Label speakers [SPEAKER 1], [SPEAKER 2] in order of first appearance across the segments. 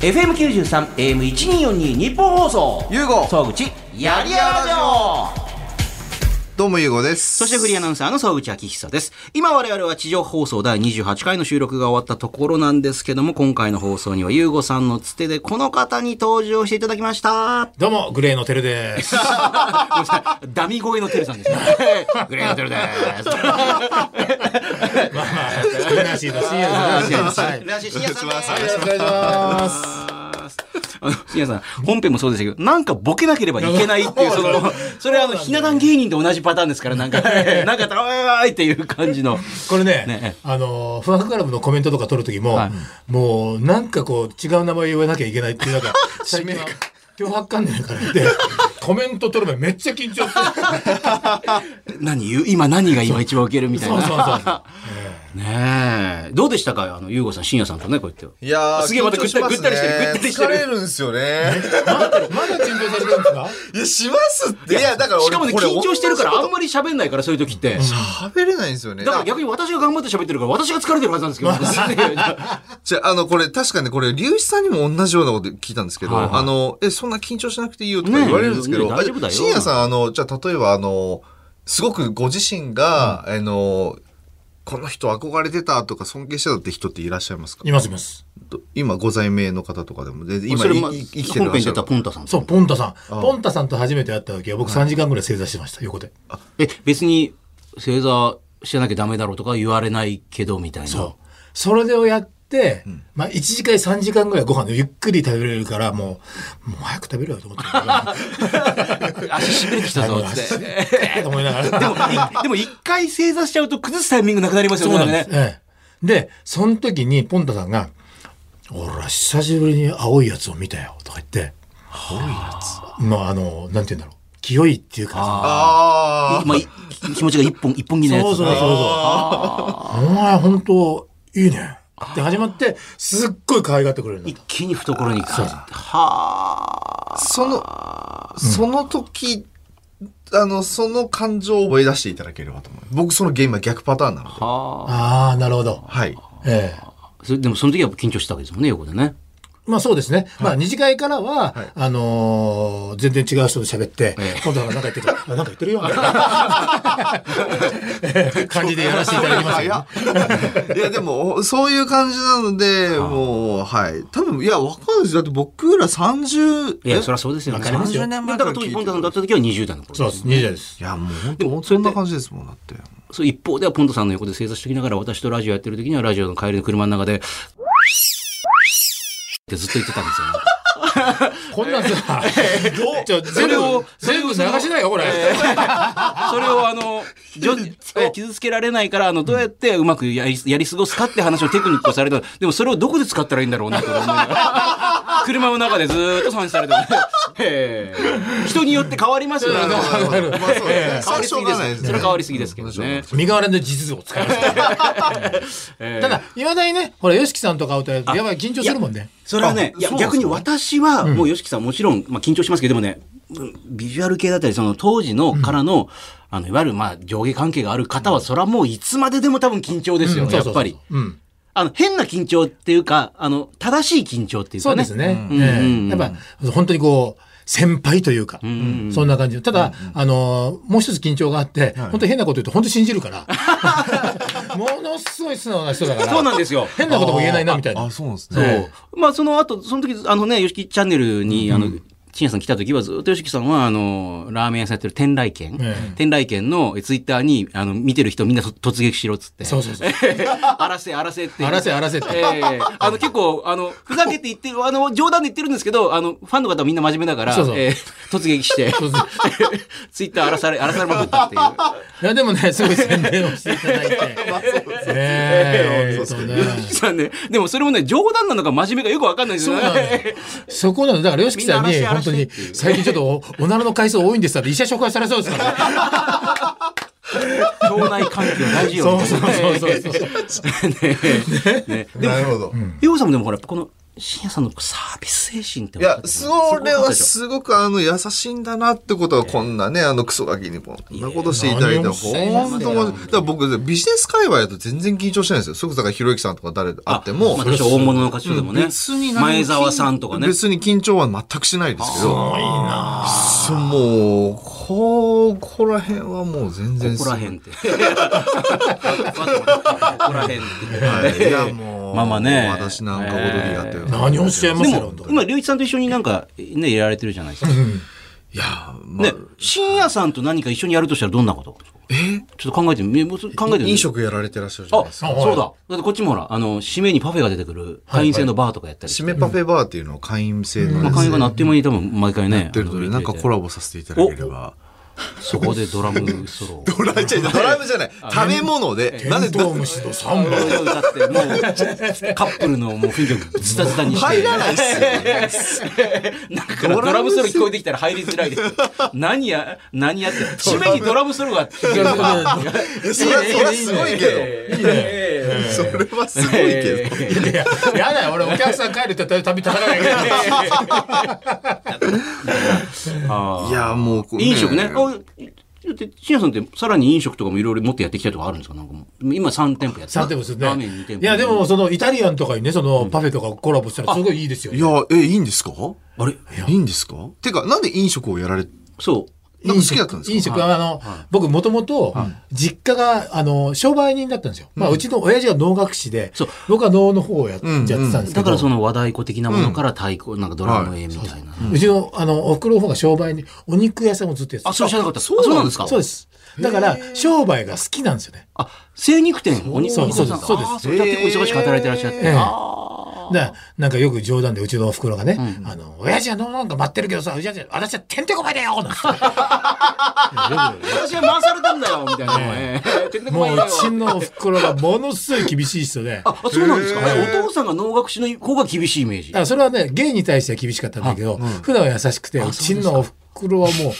[SPEAKER 1] FM93、AM1242 日本放送。
[SPEAKER 2] ゆうご
[SPEAKER 1] 総口、やりやらじょ
[SPEAKER 2] どうもゆうごです
[SPEAKER 1] そしてフリーアナウンサーの総口昭久です。今我々は地上放送第28回の収録が終わったところなんですけども、今回の放送にはゆうごさんのつてでこの方に登場していただきました。
[SPEAKER 3] どうも、グレーのテルです。
[SPEAKER 1] ダミ声のテルさんですね。 グレーのテルです。
[SPEAKER 3] まあ、ナシーの 深夜でございます。はい
[SPEAKER 1] ラジオ深夜さんです。
[SPEAKER 3] はいよろしくお願いします。
[SPEAKER 1] あの、深夜さん、本編もそうでしたけど、なんかボケなければいけないっていう、その、それはあの、ひな壇芸人と同じパターンですから、なんか、なんか、おいっていう感じの。
[SPEAKER 3] これね、
[SPEAKER 1] ね
[SPEAKER 3] あの、ふわふクラブのコメントとか取るときも、
[SPEAKER 1] はい
[SPEAKER 3] もう、なんかこう、違う名前言わなきゃいけないっていう、 なんか、最近は、脅迫観念から言って、コメント取る前めっちゃ緊張して。
[SPEAKER 1] 何言う今何が今一番ウケるみたい
[SPEAKER 3] そうそう
[SPEAKER 1] な。
[SPEAKER 3] そうそう。
[SPEAKER 1] ねえ。どうでしたかあの、ゆうごさん、深夜さんとね、こうやって。
[SPEAKER 2] いやー
[SPEAKER 1] すげえまたぐったり
[SPEAKER 2] 緊張し
[SPEAKER 1] ぐっ
[SPEAKER 2] ますね
[SPEAKER 1] たりしてるぐったりしてる
[SPEAKER 2] 疲れるんすよね
[SPEAKER 3] まだ緊張されてるんですか
[SPEAKER 2] いやしますっていやだから俺
[SPEAKER 1] しかもね、
[SPEAKER 2] これ
[SPEAKER 1] 緊張してるから、
[SPEAKER 2] 同
[SPEAKER 1] あんまり喋んないから、そういう時って。
[SPEAKER 2] じ喋れないんですよね
[SPEAKER 1] だから逆に私が頑張って喋ってるから、私が疲れてるはずなんですけど。
[SPEAKER 2] じゃあ、あの、これ、確かにねこれ、龍一さんにも同じようなこと聞いたんですけど、
[SPEAKER 1] はいはい
[SPEAKER 2] あの、え、そんな緊張しなくていいよとか言われるんですけど、
[SPEAKER 1] ねえねえ大丈夫だよ
[SPEAKER 2] 深夜さん、あの、じゃあ、例えば、あの、すごくご自身が、あの、この人憧れてたとか尊敬してたって人っていらっしゃいますか
[SPEAKER 3] いますいます。
[SPEAKER 2] ど今、ご在名の方とかでも、全然今
[SPEAKER 1] それ、まあ、
[SPEAKER 2] いい生きて
[SPEAKER 1] 本
[SPEAKER 2] るらっ
[SPEAKER 1] 編
[SPEAKER 2] しゃ
[SPEAKER 1] 出
[SPEAKER 2] る
[SPEAKER 1] たポンタさん。
[SPEAKER 3] そう、ポンタさん。ポンタさんと初めて会った時は、僕3時間ぐらい正座してました、横で。
[SPEAKER 1] え、別に、正座してなきゃダメだろうとか言われないけど、みたいな。
[SPEAKER 3] そう。それをやって、まあ、1時間3時間ぐらいご飯でゆっくり食べれるから、もう、もう早く食べろよと思ってたから。
[SPEAKER 1] 足しびれてきたぞ、つって。
[SPEAKER 3] えーと思いながら。
[SPEAKER 1] でも、い でも一回正座しちゃうと崩すタイミングなくなりますよね。
[SPEAKER 3] そうなんです。
[SPEAKER 1] ね。
[SPEAKER 3] ええで、その時にポンタさんが、おら、久しぶりに青いやつを見たよ、とか言って。青いやつの、あの、なんて言うんだろう。清いっていうかさ。
[SPEAKER 2] あー
[SPEAKER 1] まあ、い気持ちが一本、一本気になるや
[SPEAKER 3] そう
[SPEAKER 1] つ
[SPEAKER 3] そうそうそう。お前、本当いいね。って始まって、すっごい可愛がってくれるんだ
[SPEAKER 1] 一。気に懐に行く。はあ。
[SPEAKER 2] その、その時、あの、その感情を思い出していただければと思う。僕、そのゲームは逆パターンなので。
[SPEAKER 1] はあ。
[SPEAKER 3] ああ、なるほど。
[SPEAKER 2] はい。
[SPEAKER 3] ええ
[SPEAKER 1] それでもその時は緊張してたわけですもんね、横でね。
[SPEAKER 3] まあそうですね。まあ二次会からは、あのー全然違う人と喋って、
[SPEAKER 1] ええ
[SPEAKER 3] 今度はなんか言っ てる、あなんか言ってるよ、みたいな感じでやらせていただきますよ。
[SPEAKER 2] いや、でも、そういう感じなので、もう、はい。多分、いや、わかるんないですよ。だって僕ら30、
[SPEAKER 1] いや、
[SPEAKER 2] え
[SPEAKER 1] そりゃそうですよね。
[SPEAKER 3] わかりますよ
[SPEAKER 1] 30年前から。だから当時、ポンタさんだった時は20代の頃
[SPEAKER 3] そうです、二次会です。
[SPEAKER 2] いや、もう本当、そんな感じですもん、だって。
[SPEAKER 1] そう一方ではポンタさんの横で正座しときながら私とラジオやってる時にはラジオの帰りの車の中で ってずっと言ってたんですよ、ね。
[SPEAKER 3] こんなんさ、どうちょ、全部
[SPEAKER 1] それを、
[SPEAKER 3] 全部流しないよ、これ。
[SPEAKER 1] それをあの、じょえ傷つけられないから、あの、どうやってうまくやりやり過ごすかって話をテクニックをされた。 でもそれをどこで使ったらいいんだろうなと思いながら車の中でずーっと算出されてる。へー人によって変わりますよね。
[SPEAKER 2] まあ、そう
[SPEAKER 3] なる
[SPEAKER 2] です。
[SPEAKER 1] 変わりす
[SPEAKER 2] しょ
[SPEAKER 1] ぎ
[SPEAKER 2] う
[SPEAKER 1] で。
[SPEAKER 2] がないですす
[SPEAKER 1] それ
[SPEAKER 2] ね。
[SPEAKER 1] は変わりすぎですけどね。
[SPEAKER 3] 身代わりの実像を使いました。
[SPEAKER 1] えー
[SPEAKER 3] ただ、いまだにね、ほら、ヨシキさんとか会うと、やばい、緊張するもんね。
[SPEAKER 1] それはね、
[SPEAKER 2] あ
[SPEAKER 1] いや
[SPEAKER 2] そうなん
[SPEAKER 1] 逆
[SPEAKER 2] ですね
[SPEAKER 1] に私は、もう YOSHIKI さんもちろん、まあ、緊張しますけど、でもね、うんビジュアル系だったり、その当時のからの、あの、いわゆる、まあ、上下関係がある方は、それはもういつまででも多分緊張ですよね、
[SPEAKER 3] そう
[SPEAKER 1] や
[SPEAKER 3] そうそう
[SPEAKER 1] っぱり。
[SPEAKER 3] うん。
[SPEAKER 1] あの、変な緊張っていうか、あの、正しい緊張っていう
[SPEAKER 3] そ
[SPEAKER 1] か
[SPEAKER 3] う
[SPEAKER 1] ね。
[SPEAKER 3] ですね。
[SPEAKER 1] うん
[SPEAKER 3] ええ
[SPEAKER 1] うん
[SPEAKER 3] やっぱ、本当にこう、先輩というか、そんな感じ。ただ、あのー、もう一つ緊張があって、本当に変なこと言うと、本当に信じるから。ものすごい素直な人だから。
[SPEAKER 1] そうなんですよ。
[SPEAKER 3] 変なことも言えないな、みたいな
[SPEAKER 2] あ、。そうなんです
[SPEAKER 1] そ
[SPEAKER 2] ね。
[SPEAKER 1] う。まあ、その後、その時、あのね、YOSHIKI チャンネルに、あの、深夜さん来た時はずっと YOSHIKI さんは、あの、ラーメン屋さんやってる天来軒、
[SPEAKER 3] え
[SPEAKER 1] 天来軒のえツイッターに、あの、見てる人みんな突撃しろっつって。
[SPEAKER 3] そうそうそう。
[SPEAKER 1] 荒らせ荒らせっていう
[SPEAKER 3] 荒らせ荒らせって
[SPEAKER 1] ええあの結構あのふざけて言ってるあの冗談で言ってるんですけどあのファンの方はみんな真面目だから
[SPEAKER 3] そうそう
[SPEAKER 1] ええ突撃して ツイッター荒らされ荒らされまくったっていう
[SPEAKER 3] いや、でもね、すごい宣伝をしていただいて。ええ
[SPEAKER 2] そう
[SPEAKER 3] え
[SPEAKER 2] で
[SPEAKER 3] っとね
[SPEAKER 1] 吉木さんねで もそれもね冗談なのか真面目かよくわかんないです
[SPEAKER 3] そう
[SPEAKER 1] よ
[SPEAKER 3] なん
[SPEAKER 1] ね
[SPEAKER 3] だよ。そこなんだ。だから、よしきさん
[SPEAKER 1] みん
[SPEAKER 3] に、
[SPEAKER 1] な
[SPEAKER 3] 本
[SPEAKER 1] 嵐
[SPEAKER 3] 当
[SPEAKER 1] 嵐っ
[SPEAKER 3] に
[SPEAKER 1] ていう、
[SPEAKER 3] 最近ちょっとお、 おならの回数多いんですって、医者紹介されそうですからね。
[SPEAKER 1] 腸内環境大事よ
[SPEAKER 3] そうそうそうそう
[SPEAKER 1] ねねねでも
[SPEAKER 2] なるほど。
[SPEAKER 1] ようさんもでもほらこの深夜さんのサービス精神って
[SPEAKER 2] いや、それはすごくあの優しいんだなってことはこんなね、あのクソガキにこんなことしていただいて、
[SPEAKER 3] いや何をおっしゃいま
[SPEAKER 2] 本
[SPEAKER 3] す
[SPEAKER 2] 当
[SPEAKER 3] よ
[SPEAKER 2] もうだから僕、ビジネス界隈だと全然緊張してないんですよ。それこそだからひろゆきさんとか誰と会っても、
[SPEAKER 1] 私は大物の歌手でもね、
[SPEAKER 2] 別に何も緊
[SPEAKER 1] 前澤さんとかね
[SPEAKER 2] 別に緊張は全くしないですけど。すごいなそう、もう、ここら辺はもう全然
[SPEAKER 1] ここら辺って。ここら辺っ
[SPEAKER 2] はい
[SPEAKER 1] て。
[SPEAKER 2] いや、もう、
[SPEAKER 1] まあまあね。
[SPEAKER 2] 私なんか踊りやってる。
[SPEAKER 3] 何をおっしゃいます
[SPEAKER 1] で
[SPEAKER 3] よ
[SPEAKER 1] も
[SPEAKER 3] 本当、に
[SPEAKER 1] 今、龍一さんと一緒になんか、ね、やられてるじゃないですか。
[SPEAKER 2] いや、ま
[SPEAKER 1] ね、
[SPEAKER 2] あ
[SPEAKER 1] 深夜さんと何か一緒にやるとしたらどんなことちょっと考えてみ、もうちょっと考えてみ
[SPEAKER 2] 飲食やられてらっしゃるじゃない
[SPEAKER 1] あ、
[SPEAKER 2] ですか。
[SPEAKER 1] そうだ。だってこっちもほら、あの、締めにパフェが出てくる、会員制のバーとかやったりして
[SPEAKER 2] 締めパフェバーっていうのを会員制の
[SPEAKER 1] ま
[SPEAKER 2] や
[SPEAKER 1] あ、
[SPEAKER 2] つ
[SPEAKER 1] 会員
[SPEAKER 2] や
[SPEAKER 1] があっという間に多分毎回ね
[SPEAKER 2] っ、てるので、
[SPEAKER 1] あ
[SPEAKER 2] なん
[SPEAKER 1] の
[SPEAKER 2] かコラボさせていただければ。
[SPEAKER 1] そこでドラムソロを。
[SPEAKER 2] ドラじゃないドラムじゃない。食べ物で。なんで
[SPEAKER 3] テントウムシとサンバ
[SPEAKER 1] 歌って、もう、カップルのもう雰囲気をズタズタにして。
[SPEAKER 2] 入らないっすよね。
[SPEAKER 1] なんかドラムソロ聞こえてきたら入りづらいです。何や、何やって、締めにドラムソロが。それ
[SPEAKER 2] え それはそれはすごいけ
[SPEAKER 1] け
[SPEAKER 2] ど。それはすごいけど。
[SPEAKER 3] いや、やだよ、俺、お客さん帰るって言ったら旅立たないから。
[SPEAKER 2] いや、もうこう、
[SPEAKER 1] 飲食ね。あだって、しんやさんって、さらに飲食とかもいろいろもっとやっていきたいとかあるんですかなんかもう。今3店舗やって
[SPEAKER 3] さてもす
[SPEAKER 1] ラー
[SPEAKER 3] ね
[SPEAKER 1] メン2店。舗。
[SPEAKER 3] いや、でも、、その、イタリアンとかにね、その、パフェとかコラボしたら、すごいいいですよ
[SPEAKER 2] い。や、え、いいんですか
[SPEAKER 1] あれ
[SPEAKER 2] いいんですかてか、なんで飲食をやられ、
[SPEAKER 1] そう。
[SPEAKER 2] なんか好きだったんですか
[SPEAKER 3] 飲食は、あの、僕、もともと、実家が、あの、商売人だったんですよ。まあ、うちの親父が能楽師で
[SPEAKER 1] そう、
[SPEAKER 3] 僕は能の方をやっ
[SPEAKER 2] うん
[SPEAKER 3] やってたんですけ
[SPEAKER 1] だ
[SPEAKER 3] ど、
[SPEAKER 1] からその和太鼓的なものから太鼓、なんかドラム絵みたいな。
[SPEAKER 3] うちの、あの、お袋の方が商売人、お肉屋さんもずっとやってた。
[SPEAKER 1] あ、それ知らなかった。
[SPEAKER 2] そうなん
[SPEAKER 1] あそうなんですか
[SPEAKER 3] そうです。だから、商売が好きなんですよね。
[SPEAKER 1] あ、精肉店、お肉
[SPEAKER 3] そう
[SPEAKER 1] お肉屋さん
[SPEAKER 3] そうです
[SPEAKER 1] あーそれじゃあ結構忙しく働いてらっしゃって。
[SPEAKER 3] ええ
[SPEAKER 1] あ
[SPEAKER 3] だからなんかよく冗談でうちのおふくろがね、あの、親父はのなんか待ってるけどさ、親父は私はてんてこまいだよなんて
[SPEAKER 1] あ。私は回されたんだよ、みたいな。ええてんてこま
[SPEAKER 3] も
[SPEAKER 1] いうだ
[SPEAKER 3] う
[SPEAKER 1] よ
[SPEAKER 3] ちのおふくろがものすごい厳しい人で、だ
[SPEAKER 1] あ
[SPEAKER 3] か、
[SPEAKER 1] あそうなんですか。
[SPEAKER 2] へえ
[SPEAKER 1] えお父さんが能楽師の方が厳しいイメージ。
[SPEAKER 3] らそれはね、芸に対しては厳しかったんだけど、普段は優しくて、うちのおふくろはもう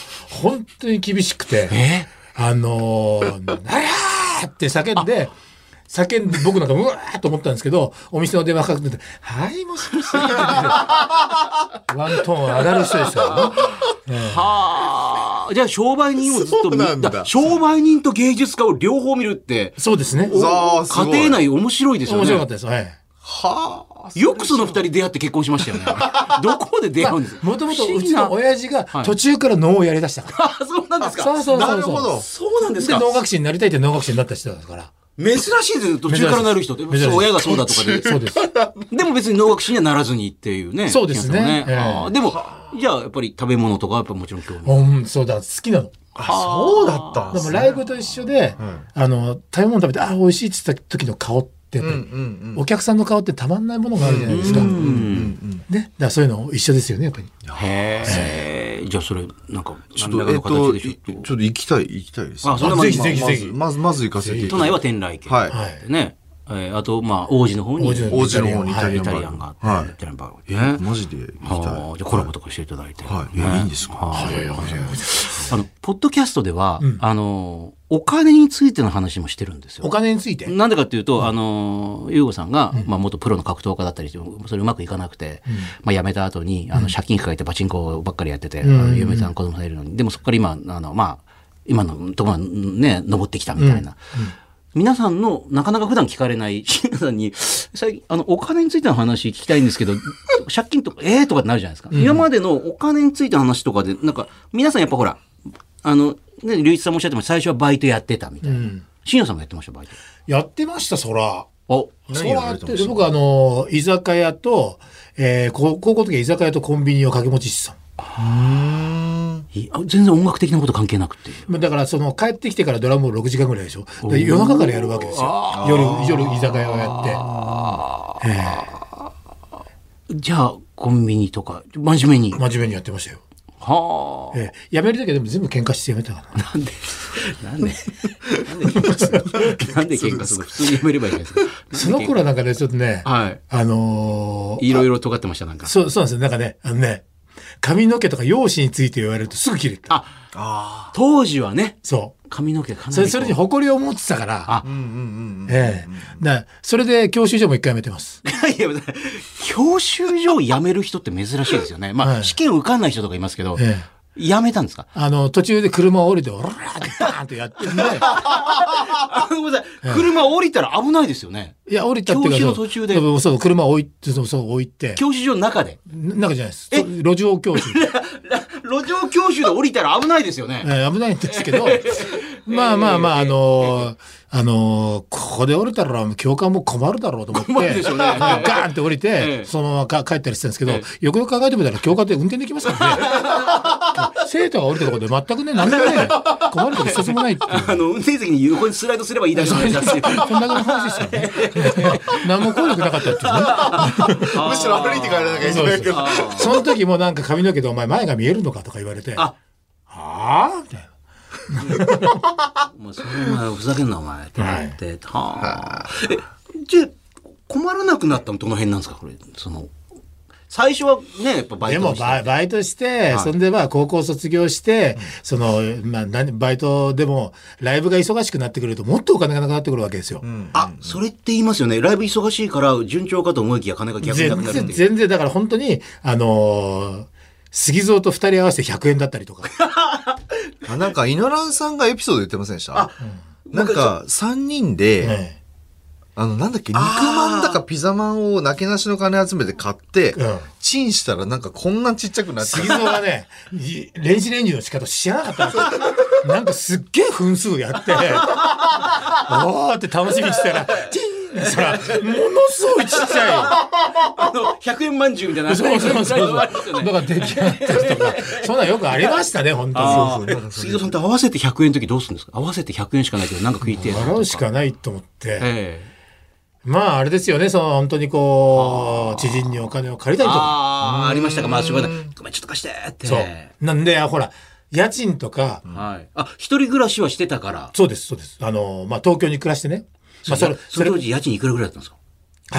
[SPEAKER 3] 本当に厳しくて、
[SPEAKER 1] え
[SPEAKER 3] あのー、なやーって叫んで、叫んで、僕なんかうわーっと思ったんですけど、お店の電話かかってて、はい、もしもし。って言ってワントーン上がる人ですよ、ね。
[SPEAKER 1] はあ。じゃあ商売人をずっと見
[SPEAKER 2] そうなんだ
[SPEAKER 1] 商売人と芸術家を両方見るって、
[SPEAKER 3] そうですね。
[SPEAKER 2] うわあす
[SPEAKER 1] 家
[SPEAKER 2] ごい
[SPEAKER 1] 庭内面白いですよね。
[SPEAKER 3] 面白かったです。はい。
[SPEAKER 2] はあ。
[SPEAKER 1] よくその二人出会って結婚しました よね。どこで出会うんですか
[SPEAKER 3] もともと
[SPEAKER 1] 不思
[SPEAKER 3] う
[SPEAKER 1] 議
[SPEAKER 3] ち
[SPEAKER 1] な
[SPEAKER 3] の親父が
[SPEAKER 1] い
[SPEAKER 3] 途中から能をやりだしたから。
[SPEAKER 1] あ、そうなんですか。
[SPEAKER 3] そうそうそうそう。
[SPEAKER 2] なるほど。
[SPEAKER 1] そうなんです
[SPEAKER 3] で
[SPEAKER 1] か。
[SPEAKER 3] 能楽師になりたいって能楽師になった人だから。
[SPEAKER 1] 珍しいですよ。途中からなる人って。
[SPEAKER 3] 珍しい
[SPEAKER 1] そう親がそうだとかで。
[SPEAKER 3] そうです。
[SPEAKER 1] でも別に能楽師にはならずにっていうね。
[SPEAKER 3] そうです
[SPEAKER 1] 気
[SPEAKER 3] ね
[SPEAKER 1] がしますよ
[SPEAKER 3] ええ
[SPEAKER 1] ああでも、じゃあやっぱり食べ物とかはやっぱもちろん興味。
[SPEAKER 3] うん、そうだ、好きなの。
[SPEAKER 2] あそうだったん
[SPEAKER 3] ですも
[SPEAKER 2] ね
[SPEAKER 3] ライブと一緒で、あの、食べ物食べて、あ、美味しいって言った時の顔って、
[SPEAKER 2] うんうん
[SPEAKER 3] お客さんの顔ってたまんないものがあるじゃないですか。
[SPEAKER 1] う
[SPEAKER 3] ね。
[SPEAKER 1] ん。
[SPEAKER 3] だからそういうの一緒ですよね、やっぱり。
[SPEAKER 1] へえ。じゃあそれ、なんか、
[SPEAKER 2] うん。ちょっ
[SPEAKER 1] 何ら
[SPEAKER 2] と、
[SPEAKER 1] か
[SPEAKER 2] えっ
[SPEAKER 1] の形
[SPEAKER 2] と、
[SPEAKER 1] でちょ
[SPEAKER 2] い
[SPEAKER 1] っ
[SPEAKER 2] ちょっ
[SPEAKER 1] と。
[SPEAKER 2] と行きたい、行きたいです。
[SPEAKER 1] あそれま
[SPEAKER 2] ま
[SPEAKER 1] で
[SPEAKER 2] ず
[SPEAKER 1] ぜひ
[SPEAKER 3] ぜひぜひ
[SPEAKER 2] まず、まず行かせていた
[SPEAKER 1] 都
[SPEAKER 2] だ
[SPEAKER 1] 内
[SPEAKER 2] き
[SPEAKER 1] は天来家。
[SPEAKER 2] はい
[SPEAKER 3] はい。
[SPEAKER 1] ね。えーあと、まあ、王子の方に、
[SPEAKER 3] 王
[SPEAKER 1] イ
[SPEAKER 3] 子
[SPEAKER 1] タ
[SPEAKER 3] の
[SPEAKER 2] 王子の方にイ
[SPEAKER 3] は
[SPEAKER 2] タ
[SPEAKER 3] い
[SPEAKER 2] リアン
[SPEAKER 1] リアン
[SPEAKER 2] バ
[SPEAKER 1] が
[SPEAKER 2] ー
[SPEAKER 1] あっ
[SPEAKER 2] は
[SPEAKER 1] て、
[SPEAKER 2] い
[SPEAKER 1] イタリアンバーがあって
[SPEAKER 2] え
[SPEAKER 1] ね。
[SPEAKER 2] マジで行きたい。
[SPEAKER 1] ああじゃあコラボとかしていただいて。
[SPEAKER 2] はいいやいいんですか
[SPEAKER 1] はい
[SPEAKER 2] やいやいや
[SPEAKER 1] あの、ポッドキャストでは、あの、お金についての話もしてるんです
[SPEAKER 3] お
[SPEAKER 1] よ。
[SPEAKER 3] 金について。
[SPEAKER 1] なんでかっていうと、あの、ゆうごさんが、まあ、元プロの格闘家だったりして、それうまくいかなくて、まあ、辞めた後に、あの、借金抱えてパチンコばっかりやってて、あ
[SPEAKER 3] ん
[SPEAKER 1] の嫁さん子供さんいるのに、でもそこから今、あの、まあ、今のところにね、登ってきたみたいな。皆さんの、なかなか普段聞かれない、シンさんに、最近、あの、お金についての話聞きたいんですけど、借金とか、ええー、とかってなるじゃないですか。今までのお金についての話とかで、なんか、皆さんやっぱほら、あの、ね、隆一さんもおっしゃってました、最初はバイトやってたみたいな。信也さんもやってました、バイ
[SPEAKER 3] やってました、そら。
[SPEAKER 1] ト。あ、
[SPEAKER 3] そ
[SPEAKER 2] 何
[SPEAKER 3] う
[SPEAKER 2] や
[SPEAKER 3] や
[SPEAKER 2] ら
[SPEAKER 3] っ
[SPEAKER 2] れて
[SPEAKER 3] て
[SPEAKER 2] ま
[SPEAKER 3] る
[SPEAKER 2] す
[SPEAKER 3] 僕はあの居酒屋と、えー、こ高校の時は居酒屋とコンビニを掛け持ちしてたの
[SPEAKER 1] いあ全然音楽的なこと関係なくて。
[SPEAKER 3] まあだからその帰ってきてからドラムを6時間ぐらいでしょで夜中からやるわけですよ夜夜居酒屋をや
[SPEAKER 1] じゃあ、コンビニとか、真面目に。
[SPEAKER 3] って真面目にやってましたよ、
[SPEAKER 1] はあ。
[SPEAKER 3] ええ、辞める時はでも全部喧嘩して辞めたかな
[SPEAKER 1] なんで、なんで、なん で喧嘩するのなんで喧嘩するの普通にやめればいいじゃないですか。
[SPEAKER 3] その頃はなんかねちょっとね、
[SPEAKER 1] はい。
[SPEAKER 3] あのー
[SPEAKER 1] いろいろ尖ってました、なんか。
[SPEAKER 3] そうそうなんですよなんかねあのね髪の毛とか容姿について言われるとすぐ切れた。
[SPEAKER 1] あ、
[SPEAKER 2] あ
[SPEAKER 1] 当時はね、
[SPEAKER 3] そ
[SPEAKER 1] 髪の毛かな
[SPEAKER 3] う。
[SPEAKER 1] り。
[SPEAKER 3] そ れ、それに
[SPEAKER 1] こ
[SPEAKER 3] 誇りを持ってたから
[SPEAKER 1] あ。
[SPEAKER 2] あ。うんうんうんうん。
[SPEAKER 3] ええ。な、それで教習所も一回やめてます。
[SPEAKER 1] ういや、教習所を辞める人って珍しいですよね。まあ、
[SPEAKER 3] はい
[SPEAKER 1] 試験受かんない人とかいますけど、
[SPEAKER 3] ええ。
[SPEAKER 1] 辞めたんですか
[SPEAKER 3] あの、途中で車を降りて、おらーってバーンとやってんで、
[SPEAKER 1] あ、ごめんなさい。車降りたら危ないですよね。
[SPEAKER 3] いや、降りたっていうか、
[SPEAKER 1] 教習の
[SPEAKER 3] その
[SPEAKER 1] 途中で
[SPEAKER 3] そうそう、車を置いて、そうそう、置いて、
[SPEAKER 1] 教習所の中で。
[SPEAKER 3] ななんかじゃないです。そう路上教習。
[SPEAKER 1] 路上教習で降りたら危ないですよね。
[SPEAKER 3] えー危ないんですけど、まあまあまあ、あのーあのーここで降りたら教官も困るだろうと思って、
[SPEAKER 1] 困るでしょうね
[SPEAKER 3] うんガーンって降り
[SPEAKER 1] え
[SPEAKER 3] て、
[SPEAKER 1] え
[SPEAKER 3] そのままか帰ったりしてたんですけど、
[SPEAKER 1] え
[SPEAKER 3] よくよく考えてみたら教官って運転できますから ね。生徒が降りたところで全くね、何もね、困ること一つもないっていう。
[SPEAKER 1] あの、運転席に横にスライドすればいいだけの話だっていう。
[SPEAKER 3] そんだけの話 ですよね。何も効力なかったっていうね。
[SPEAKER 2] むしろ歩いて帰らなきゃいけないけど。
[SPEAKER 3] その時もなんか髪の毛でお前前が見えるのかとか言われて、
[SPEAKER 1] あ
[SPEAKER 3] はあみたいな。
[SPEAKER 1] もうそれお前ふざけんなお前ってなって、はあ。え、じゃあ困らなくなったのどの辺なんですかこれ、その、最初はね、やっぱバイ
[SPEAKER 3] で
[SPEAKER 1] ト
[SPEAKER 3] も
[SPEAKER 1] をして
[SPEAKER 3] バイバイトして、そんでまあ高校卒業して、その、まあ何、バイトでもライブが忙しくなってくるともっとお金がなくなってくるわけですよ。
[SPEAKER 1] あ、それって言いますよね。ライブ忙しいから順調かと思いきや金が逆になくなるっ
[SPEAKER 3] 全然、
[SPEAKER 1] ていう。
[SPEAKER 3] 全然、だから本当に、あのー杉蔵と二人合わせて100円だったり とか。
[SPEAKER 2] あなんか、イノランさんがエピソード言ってませんでしたなんか、三人で、
[SPEAKER 3] え
[SPEAKER 2] あの、なんだっけ、肉まんだかピザまんをなけなしの金集めて買って、
[SPEAKER 3] うん
[SPEAKER 2] チンしたらなんかこんなちっちゃくなっちゃ
[SPEAKER 3] 杉
[SPEAKER 2] う。
[SPEAKER 3] 蔵がね、い電子レンジの仕方知らなかったんですよ。なんかすっげえ分数やって、おーって楽しみにしてたら、チーンそら、ものすごいちっちゃ
[SPEAKER 1] あの、100円まんじゅうみたいな。
[SPEAKER 3] い。そうそうそうそう。
[SPEAKER 1] あ
[SPEAKER 3] だ
[SPEAKER 1] り ますよね
[SPEAKER 3] から出来上がったりとか、そんなのよくありましたね、本
[SPEAKER 1] あ
[SPEAKER 3] 当に。
[SPEAKER 1] ーえ杉戸さんって合わせて100円の時どうするんですか合わせて100円しかないけどなんか食いてえな
[SPEAKER 3] 笑うしかないと思って。
[SPEAKER 1] ええ
[SPEAKER 3] まあ、あれですよね、その本当にこう、知人にお金を借りたりとか。
[SPEAKER 1] ああありましたかまあしょうがないごめんちょっと貸してって
[SPEAKER 3] そう。なんで、ほら、家賃とか、
[SPEAKER 1] はいあ一人暮らしはしてたから
[SPEAKER 3] そうです、そうです。あの、まあ、東京に暮らしてね。まあ、それ、
[SPEAKER 1] そ
[SPEAKER 3] それ
[SPEAKER 1] の当時家賃いくらぐらいだったんですか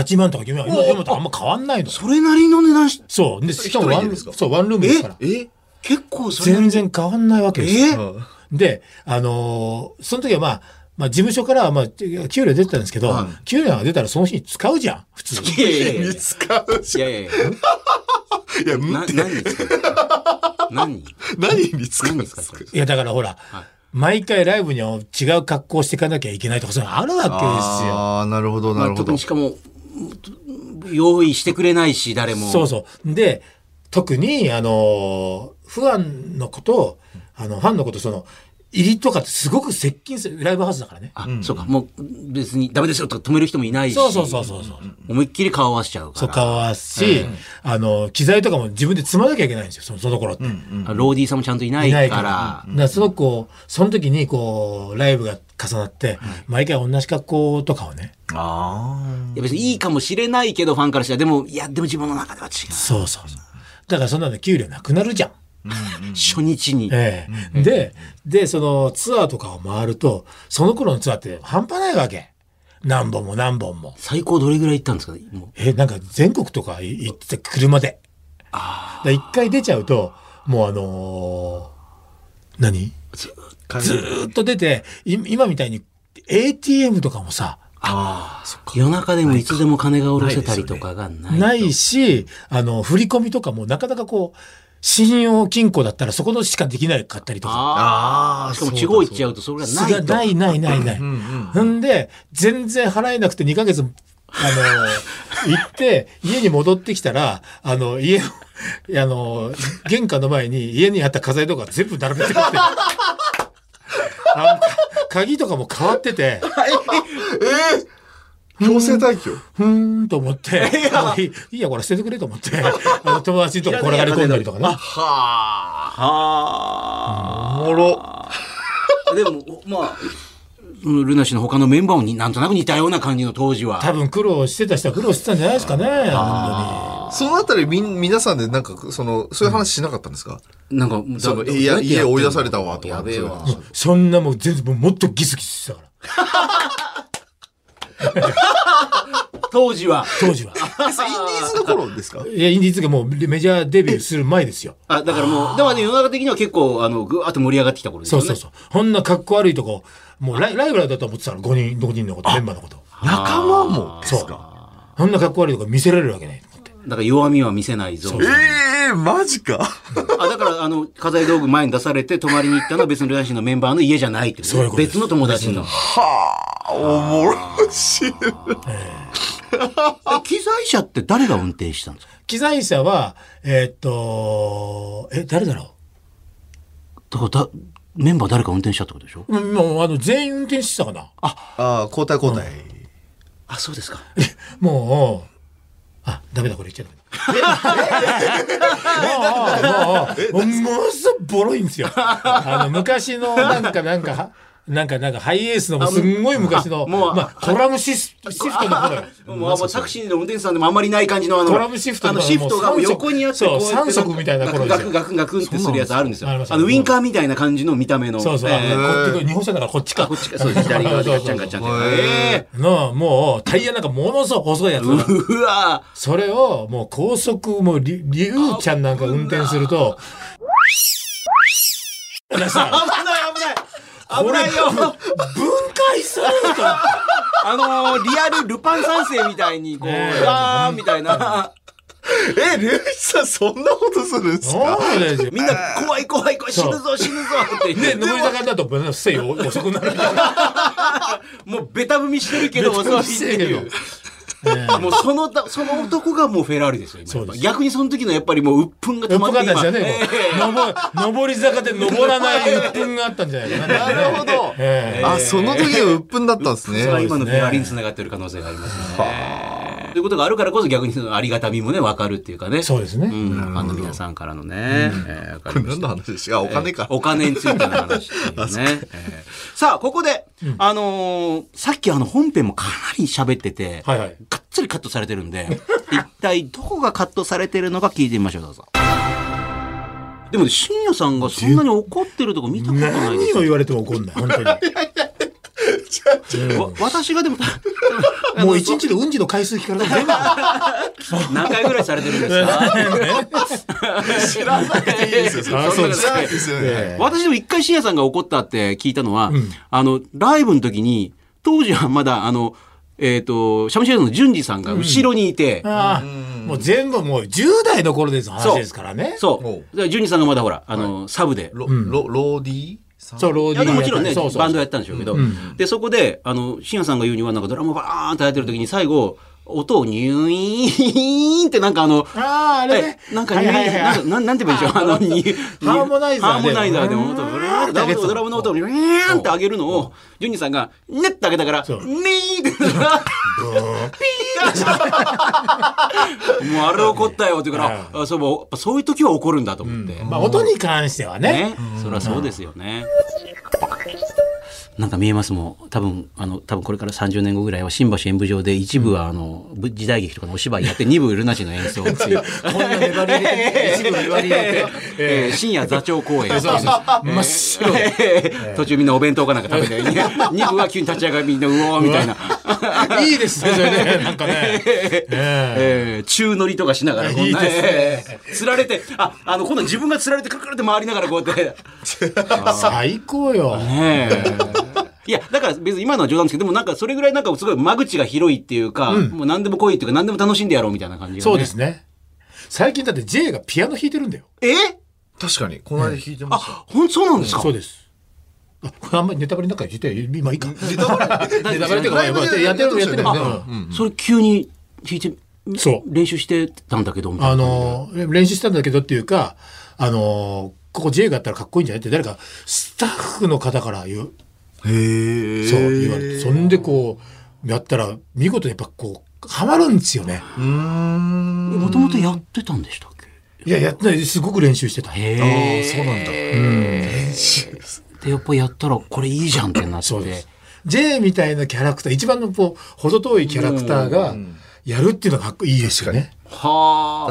[SPEAKER 3] 8万とか9万、今今とあんま変わんないの。
[SPEAKER 1] それなりの値段し
[SPEAKER 3] そう。で、しかもワ
[SPEAKER 2] 一人
[SPEAKER 3] ン
[SPEAKER 2] で
[SPEAKER 3] ル
[SPEAKER 2] です
[SPEAKER 3] ー
[SPEAKER 2] か
[SPEAKER 3] ム、そう、ワンルームですから。
[SPEAKER 2] え
[SPEAKER 1] 結構それなり
[SPEAKER 3] 全然変わんないわけですよ。
[SPEAKER 1] え
[SPEAKER 3] で、あのーその時はまあ、まあ、事務所からは、まあ、給料出てたんですけど、給料が出たらその日に使うじゃん、普通。
[SPEAKER 1] いやいやいやいや
[SPEAKER 2] 見つかるし。
[SPEAKER 1] いやいやいや
[SPEAKER 2] いや、
[SPEAKER 1] な
[SPEAKER 2] 見て、
[SPEAKER 1] 何に使う何
[SPEAKER 2] 何見つかる
[SPEAKER 1] 何
[SPEAKER 2] ん
[SPEAKER 1] に
[SPEAKER 2] で
[SPEAKER 1] 使
[SPEAKER 2] す
[SPEAKER 1] う
[SPEAKER 2] か
[SPEAKER 1] んです
[SPEAKER 3] いや、だからほら、毎回ライブには違う格好していかなきゃいけないとか、そういうのあるわけですよ。
[SPEAKER 2] ああ、なるほど、な
[SPEAKER 1] か
[SPEAKER 2] るほ
[SPEAKER 1] 特
[SPEAKER 2] ど
[SPEAKER 1] に。しかも用意してくれないし誰も
[SPEAKER 3] そうそう。で、特に、あのー、ファンのことを、あの、ファンのこと、その、入りとかってすごく接近する、ライブハウスだからね。
[SPEAKER 1] あそうかもう別にダメですよとか止める人もいないし
[SPEAKER 3] そうそうそうそうそう。
[SPEAKER 1] 思いっきり顔合わせちゃう
[SPEAKER 3] そ
[SPEAKER 1] か
[SPEAKER 3] う
[SPEAKER 1] ら
[SPEAKER 3] 顔合わすし、あの、機材とかも自分で積まなきゃいけないんですよ、そのその頃って。
[SPEAKER 1] あローディーさんもちゃんといないい
[SPEAKER 3] な
[SPEAKER 1] か
[SPEAKER 3] いから。
[SPEAKER 1] ら
[SPEAKER 3] だからすごくこう、その時にこう、ライブが重なって、毎回同じ格好とかをね。
[SPEAKER 2] あ
[SPEAKER 1] いや別にいいかもしれないけどファンからしたらでもいやでも自分の中では違う、
[SPEAKER 3] そうそうそう。だからそんなの給料なくなるじゃん。
[SPEAKER 1] 初日に、
[SPEAKER 3] ええ。で、で、そのツアーとかを回ると、その頃のツアーって半端ないわけ。何本も何本も。
[SPEAKER 1] 最高どれぐらい行ったんですかも
[SPEAKER 3] え、なんか全国とかい行ってた車で。だから一回出ちゃうと、もうあのー何
[SPEAKER 2] あ。
[SPEAKER 3] ずーっと出て、い今みたいに ATM とかもさ、
[SPEAKER 2] ああ、そっか。
[SPEAKER 1] う夜中でもいつでも金が下ろせたりとかがない
[SPEAKER 3] ないし、あの、振り込みとかもなかなかこう、信用金庫だったらそこのしかできなかったりとか。
[SPEAKER 1] あ
[SPEAKER 2] あ
[SPEAKER 1] あ
[SPEAKER 2] あ、
[SPEAKER 1] しかも地方行っちゃ
[SPEAKER 2] ゃう
[SPEAKER 1] うとそれが
[SPEAKER 3] す
[SPEAKER 1] ない
[SPEAKER 3] が
[SPEAKER 1] と
[SPEAKER 3] ないないないない。んで、全然払えなくて2ヶ月、あ の、行って、家に戻ってきたら、あの、家の、あの、玄関の前に家にあった家財とか全部並べて くって。あの鍵とかも変わってて、
[SPEAKER 2] だ。強制退去。
[SPEAKER 3] ふーんと思って、もういいいいや、これ捨ててくれと思って、あの友達のとこ転がり込んだりとかね。
[SPEAKER 2] はあ。
[SPEAKER 1] は
[SPEAKER 2] おもろ。
[SPEAKER 1] あでもまあうんルナ氏の他のメンバーもになんとなく似たような感じの当時は
[SPEAKER 3] 多分苦労してた人は苦労してたんじゃないですかね、本
[SPEAKER 2] そのあたり、みん、皆さんで、なんか、その、そういう話しなかったんですか
[SPEAKER 1] なんかだ
[SPEAKER 2] その
[SPEAKER 1] だ
[SPEAKER 2] いや
[SPEAKER 1] どうってってんの
[SPEAKER 2] 家追い出されたわとか
[SPEAKER 1] やべえわ
[SPEAKER 2] そう
[SPEAKER 3] 当に。そんなもう全然もうもっとギスギスしてたから。
[SPEAKER 1] 当時は。
[SPEAKER 3] 当 時は。
[SPEAKER 2] えそれインディーズの頃ですか
[SPEAKER 3] いや、インディーズがもうメジャーデビューする前ですよ。
[SPEAKER 1] あ、だからもう、でもね、世の中的には結構、あの、ぐわーっと盛り上がってきた頃です
[SPEAKER 3] そ
[SPEAKER 1] よ
[SPEAKER 3] う
[SPEAKER 1] ね。
[SPEAKER 3] そうそう。こんな格好悪いとこ、もうライライブラルだと思ってたの、5人、6人のこと、メンバーのこと。
[SPEAKER 2] 仲間もです
[SPEAKER 3] そう
[SPEAKER 2] か。
[SPEAKER 3] こんな格好悪いとこ見せられるわけないと思って。
[SPEAKER 1] だから弱みは見せないぞ。
[SPEAKER 3] そう
[SPEAKER 2] ええマジか。
[SPEAKER 1] あ、だから、あの、家財道具前に出されて、泊まりに行ったのは別の両親のメンバーの家じゃないってこと
[SPEAKER 3] そういうことです
[SPEAKER 1] 別の友達の。
[SPEAKER 2] はあ、おもろしい。
[SPEAKER 1] え機材車って誰が運転したんですか
[SPEAKER 3] 機材車は、えーっと、え、誰だろ
[SPEAKER 1] だからだ、メンバー誰か運転したってことでしょ
[SPEAKER 3] うもうもう、あの、全員運転してたかな。
[SPEAKER 2] ああ、交代交代。
[SPEAKER 1] あ、そうですか。
[SPEAKER 3] もう、あ、ダメだ、これ言っちゃダメだ。もう、もう、もう、ものすごいボロいんですよ。あの、昔の、なんか、なんか、はなんか、なんか、ハイエースの、すんごい昔の、
[SPEAKER 1] あもう
[SPEAKER 3] まあ、コラムシスシフトの頃よ。
[SPEAKER 1] もう、もうタクシーの運転手さんでもあんまりない感じの、あの、
[SPEAKER 3] トラムシフト
[SPEAKER 1] あ
[SPEAKER 3] の
[SPEAKER 1] のシフトがもう横にあって、
[SPEAKER 3] そう
[SPEAKER 1] こやって
[SPEAKER 3] 三足みたいな頃です
[SPEAKER 1] ガ
[SPEAKER 3] よ
[SPEAKER 1] クガクガクンってするやつあるんですよ。
[SPEAKER 3] あ
[SPEAKER 1] あ
[SPEAKER 3] ります
[SPEAKER 1] の、ウィンカーみたいな感じの見た目の。
[SPEAKER 3] そうそう。
[SPEAKER 1] え
[SPEAKER 3] あ
[SPEAKER 1] ー
[SPEAKER 3] のこっち日本車だからこっちか。
[SPEAKER 1] こっちか、そうです。左側でガッチャンガッチャンって。え
[SPEAKER 3] の、もう、タイヤなんかものすごい細いやつ。
[SPEAKER 1] えうわ
[SPEAKER 3] それを、もう高速、もうり、りゅうちゃんなんか運転すると、
[SPEAKER 1] ー危ない危ない
[SPEAKER 3] これ
[SPEAKER 1] 危ないよ
[SPEAKER 3] 分解すると。
[SPEAKER 1] あのーリアルルパン三世みたいに、こう、
[SPEAKER 3] ねえ
[SPEAKER 1] うわーみたいな。
[SPEAKER 2] え、龍一さん、そんなことするんですか
[SPEAKER 3] そうですよ。
[SPEAKER 1] みんな、怖い怖い怖い、死
[SPEAKER 3] そう
[SPEAKER 1] ぬぞ死ぬぞって言っ
[SPEAKER 3] で、
[SPEAKER 1] て、
[SPEAKER 3] 上り坂になると、ぶんせい遅くな る。
[SPEAKER 1] もうベタ踏みしてるけど、遅いっていう。 もうそのだ、その男がもうフェラーリですよ、
[SPEAKER 3] そう
[SPEAKER 1] 今
[SPEAKER 3] で。す
[SPEAKER 1] 逆にその時のやっぱりもう鬱憤が溜
[SPEAKER 3] う
[SPEAKER 1] ま
[SPEAKER 3] ま
[SPEAKER 1] って
[SPEAKER 3] かったで
[SPEAKER 1] 今
[SPEAKER 3] すよね。こ
[SPEAKER 1] ええ
[SPEAKER 3] う上り上り坂で登らない鬱憤があったんじゃないかな。
[SPEAKER 2] なるほど。
[SPEAKER 3] ええ
[SPEAKER 2] あ、その時が鬱憤だったんです
[SPEAKER 1] それは
[SPEAKER 2] ね。
[SPEAKER 1] 今のフェラーリに繋がってる可能性がありますね。ということがあるからこそ逆にそのありがたみもね、わかるっていうかね。
[SPEAKER 3] そうですね
[SPEAKER 1] んファンの皆さんからのね。ええわかりました
[SPEAKER 2] 何の話でしたあ、お金か。
[SPEAKER 1] お金についての話ですね。えーさあ、ここで、あのーさっきあの本編もかなり喋ってて、
[SPEAKER 3] はいはい
[SPEAKER 1] がっつりカットされてるんで、一体どこがカットされてるのか聞いてみましょう、どうぞ。でもね、深夜さんがそんなに怒ってるとこ見たことないで
[SPEAKER 3] 何
[SPEAKER 1] す
[SPEAKER 3] を
[SPEAKER 1] よ。
[SPEAKER 3] 言われても怒んない、 本当に。
[SPEAKER 1] わ私がでも、
[SPEAKER 3] もう一日でうんちの回数聞かれたら全部。
[SPEAKER 1] 何回ぐらいされてるんですか
[SPEAKER 2] 知らなくていいですよ。そんな
[SPEAKER 3] あそう
[SPEAKER 2] の
[SPEAKER 3] です
[SPEAKER 2] 知らないですよね。
[SPEAKER 3] ええ
[SPEAKER 1] 私でも一回深夜さんが怒ったって聞いたのは、あの、ライブの時に、当時はまだ、あの、えっ、と、シャムシェードの淳二さんが後ろにいて、
[SPEAKER 3] ああもう全部もう10代の頃です話ですからね。
[SPEAKER 1] そう。
[SPEAKER 2] お
[SPEAKER 1] だ
[SPEAKER 2] う
[SPEAKER 1] からジュニさんがまだほら、あの、サブで。
[SPEAKER 2] ロ、ロ、ローディーさん
[SPEAKER 3] そう、ロー
[SPEAKER 1] い
[SPEAKER 3] デ
[SPEAKER 1] や
[SPEAKER 3] ィー
[SPEAKER 1] でももちろんね、
[SPEAKER 3] そうそう
[SPEAKER 1] バンドやったんでしょうけど、で、そこで、あの、シンさんが言うには、なんかドラムバーンってやってる時に最後、音をニューイーンってなんかあの、
[SPEAKER 3] ああ、あれね。
[SPEAKER 1] えなんかニューイ
[SPEAKER 3] はい
[SPEAKER 1] ーン
[SPEAKER 3] はいはい
[SPEAKER 1] なんなんて言えばいいんでしょう、あの、ニュー
[SPEAKER 3] ハーモナイザーで
[SPEAKER 1] ハーモナイザーでも音をブルーンって上げてたドラムの音をブルーンって上げるのを、ジュニさんが、ねって上げたから、ね
[SPEAKER 3] そう
[SPEAKER 1] ーって。もうあれ怒ったよって言うから、あそうやっぱそういう時は怒るんだと思って。
[SPEAKER 3] まあ音に関してはね。
[SPEAKER 1] ね、そりゃそうですよね。なんか見えますもん多分あの多分これから30年後ぐらいは新橋演舞場で一部はあのぶ時代劇とかのお芝居やって二部ルナチの演奏って いう
[SPEAKER 3] こんな粘り入れて、一部粘り入れて。
[SPEAKER 1] えー深夜座長公演
[SPEAKER 3] そうそう。真っ白。
[SPEAKER 1] 途中みんなお弁当かなんか食べて2部は急に立ち上がりみんなうおーみたいな、
[SPEAKER 3] いいですね、それね。なんかね。え
[SPEAKER 1] えー中乗りとかしながらこんな
[SPEAKER 3] いいですね
[SPEAKER 1] えーつられてああの今度自分がつられてくるくるって回りながらこうやって。
[SPEAKER 3] え 最高よ。
[SPEAKER 1] ねえ。いや、だから別に今のは冗談ですけど、でもなんかそれぐらいなんかすごい間口が広いっていうか、もう何でも来いっていうか何でも楽しんでやろうみたいな感じが、ね。
[SPEAKER 3] そうですね。最近だって J がピアノ弾いてるんだよ。
[SPEAKER 1] え
[SPEAKER 2] 確かに、この間弾いてました。
[SPEAKER 1] あ、ほんそうなんですか、
[SPEAKER 3] そうです。あこれあんまりネタバレなんか言って今いいか。ネタバレネタバレっていうか、ま
[SPEAKER 2] ラ
[SPEAKER 3] あ
[SPEAKER 2] イブ
[SPEAKER 3] やっ
[SPEAKER 2] で
[SPEAKER 3] てるやってるやってる
[SPEAKER 2] や
[SPEAKER 3] よ
[SPEAKER 2] って
[SPEAKER 3] ね
[SPEAKER 2] る
[SPEAKER 3] うん
[SPEAKER 1] それ急に弾いて、
[SPEAKER 3] そう
[SPEAKER 1] 練習してたんだけど、みたいな
[SPEAKER 3] あのー、練習したんだけどっていうか、あのー、ここ J があったらかっこいいんじゃないって誰かスタッフの方から言う、
[SPEAKER 2] へえ。
[SPEAKER 3] そう言われて、そんでこう、やったら見事やっぱこう、ハマるんですよね。
[SPEAKER 2] うーん。
[SPEAKER 1] もともとやってたんでしたっけ
[SPEAKER 3] いや、やってない、すごく練習してた。
[SPEAKER 1] へ
[SPEAKER 2] あ
[SPEAKER 1] え
[SPEAKER 2] あ、そうなんだ。
[SPEAKER 1] で、やっぱやったらこれいいじゃんってなって。
[SPEAKER 3] そうです。J みたいなキャラクター、一番のこう、程遠いキャラクターが、やるっていうのがかっこいいですよね。
[SPEAKER 1] はあ。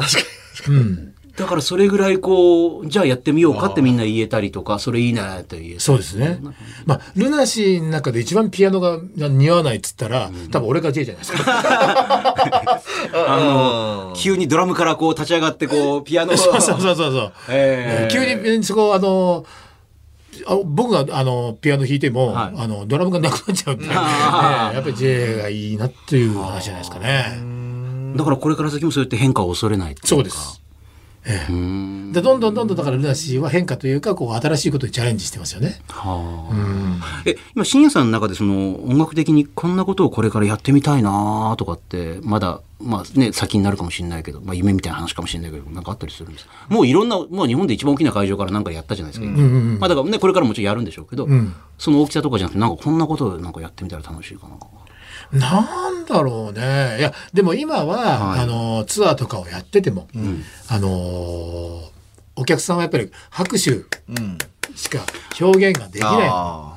[SPEAKER 3] うん。
[SPEAKER 1] だからそれぐらいこうじゃあやってみようかってみんな言えたりとかそれいいなって言え
[SPEAKER 3] そうですね。まあ、ルナシーの中で一番ピアノが似合わないっつったら、多分俺が J じゃないですか。
[SPEAKER 1] あの
[SPEAKER 2] うん
[SPEAKER 1] 急にドラムからこう立ち上がってこうピアノを
[SPEAKER 3] そうそうそうそう そう。
[SPEAKER 1] ええ
[SPEAKER 3] 急にそこあのあ僕があのピアノ弾いても、
[SPEAKER 1] はい
[SPEAKER 3] あのドラムがなくなっちゃうんで、ね、
[SPEAKER 1] あー
[SPEAKER 3] やっぱり J がいいなっていう話じゃないですかね。
[SPEAKER 1] だからこれから先もそうやって変化を恐れないっていうか
[SPEAKER 3] そうです。ええでどんどんどんどんだからルナシーは変化というかこう新しいことにチャレンジしてますよね。
[SPEAKER 1] はあ、え今深夜さんの中でその音楽的にこんなことをこれからやってみたいなとかってまだ、まあね、先になるかもしれないけど、まあ、夢みたいな話かもしれないけどなんかあったりするんですもういろんなもう日本で一番大きな会場からなんかやったじゃないですか、今
[SPEAKER 3] うんうんうん
[SPEAKER 1] まあ、だからねこれからもちろんやるんでしょうけど、
[SPEAKER 3] ん
[SPEAKER 1] その大きさとかじゃなくてなんかこんなことをなんかやってみたら楽しいかな。
[SPEAKER 3] なんだろうね。いや、でも今は、
[SPEAKER 1] はい
[SPEAKER 3] あの、ツアーとかをやってても、あのー、お客さんはやっぱり拍手
[SPEAKER 2] うん。
[SPEAKER 3] しか表現ができない。
[SPEAKER 2] あ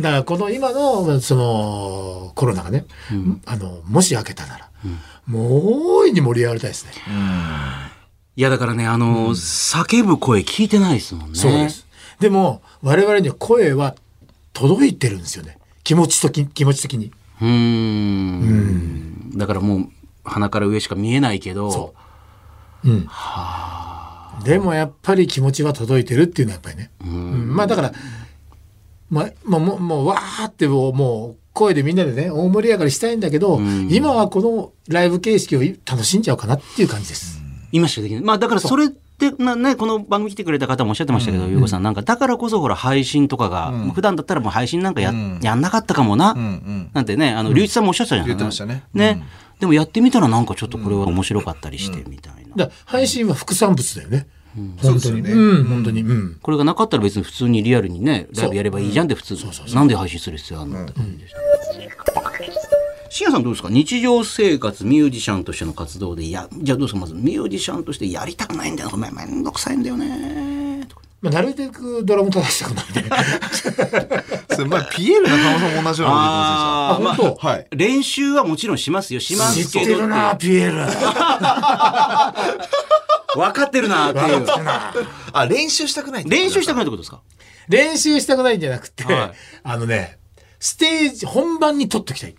[SPEAKER 3] だからこの今のそのコロナがね、あのもし明けたなら、もう大いに盛り上がりたいですね。
[SPEAKER 2] ーうん
[SPEAKER 1] いやだからねあの、叫ぶ声聞いてないですもんね。
[SPEAKER 3] そうです。でも我々には声は届いてるんですよね。気持ち的に気持ち的に。
[SPEAKER 1] うーんだからもう鼻から上しか見えないけど
[SPEAKER 3] そうん。でもやっぱり気持ちは届いてるっていうのはやっぱりね。うんまあだから、まあ、まあ、もう、もうわーってもう、もう声でみんなでね、大盛り上がりしたいんだけど、
[SPEAKER 1] ん
[SPEAKER 3] 今はこのライブ形式を楽しんじゃおうかなっていう感じです。
[SPEAKER 1] 今しかできない。まあだからそれってな、ね、この番組来てくれた方もおっしゃってましたけど、ゆうこさんなんかだからこそほら配信とかが、
[SPEAKER 2] うん
[SPEAKER 1] 普段だったらもう配信なんかや,、
[SPEAKER 2] うん
[SPEAKER 1] やんなかったかもな、
[SPEAKER 2] うんうん。
[SPEAKER 1] なんてねあの龍一さんもおっしゃってたじゃない
[SPEAKER 2] 言ってましたね
[SPEAKER 1] ね、でもやってみたらなんかちょっとこれは面白かったりしてみたいな。
[SPEAKER 3] だから配信は副産物だよね。本当
[SPEAKER 2] そう
[SPEAKER 3] に。
[SPEAKER 2] ですよね
[SPEAKER 3] うん、本当に。うん。
[SPEAKER 1] これがなかったら別に普通にリアルにねライブやればいいじゃんって普通なんで配信する必要あるのって感じでした。深夜さんどうですか日常生活ミュージシャンとしての活動でいやじゃあどうですかまずミュージシャンとしてやりたくないんだよめめんどくさいんだよねとか
[SPEAKER 3] まあ、なるべくドラム叩きたくないね。
[SPEAKER 2] それ前ピエール中野さんも同じようなこと言ってま
[SPEAKER 3] あ、本当。
[SPEAKER 2] した。はい。
[SPEAKER 1] 練習はもちろんしますよします
[SPEAKER 3] 知っ
[SPEAKER 1] け
[SPEAKER 3] て
[SPEAKER 1] ど
[SPEAKER 3] るな、ピエール。分
[SPEAKER 1] 分かってるなっていう
[SPEAKER 3] かってるな
[SPEAKER 2] あ、練習したくない
[SPEAKER 1] 練習したく
[SPEAKER 2] ない。
[SPEAKER 1] ないってことですか
[SPEAKER 3] 練習したくないんじゃなくて、
[SPEAKER 1] はい
[SPEAKER 3] あのね、ステージ、本番に撮っときたい。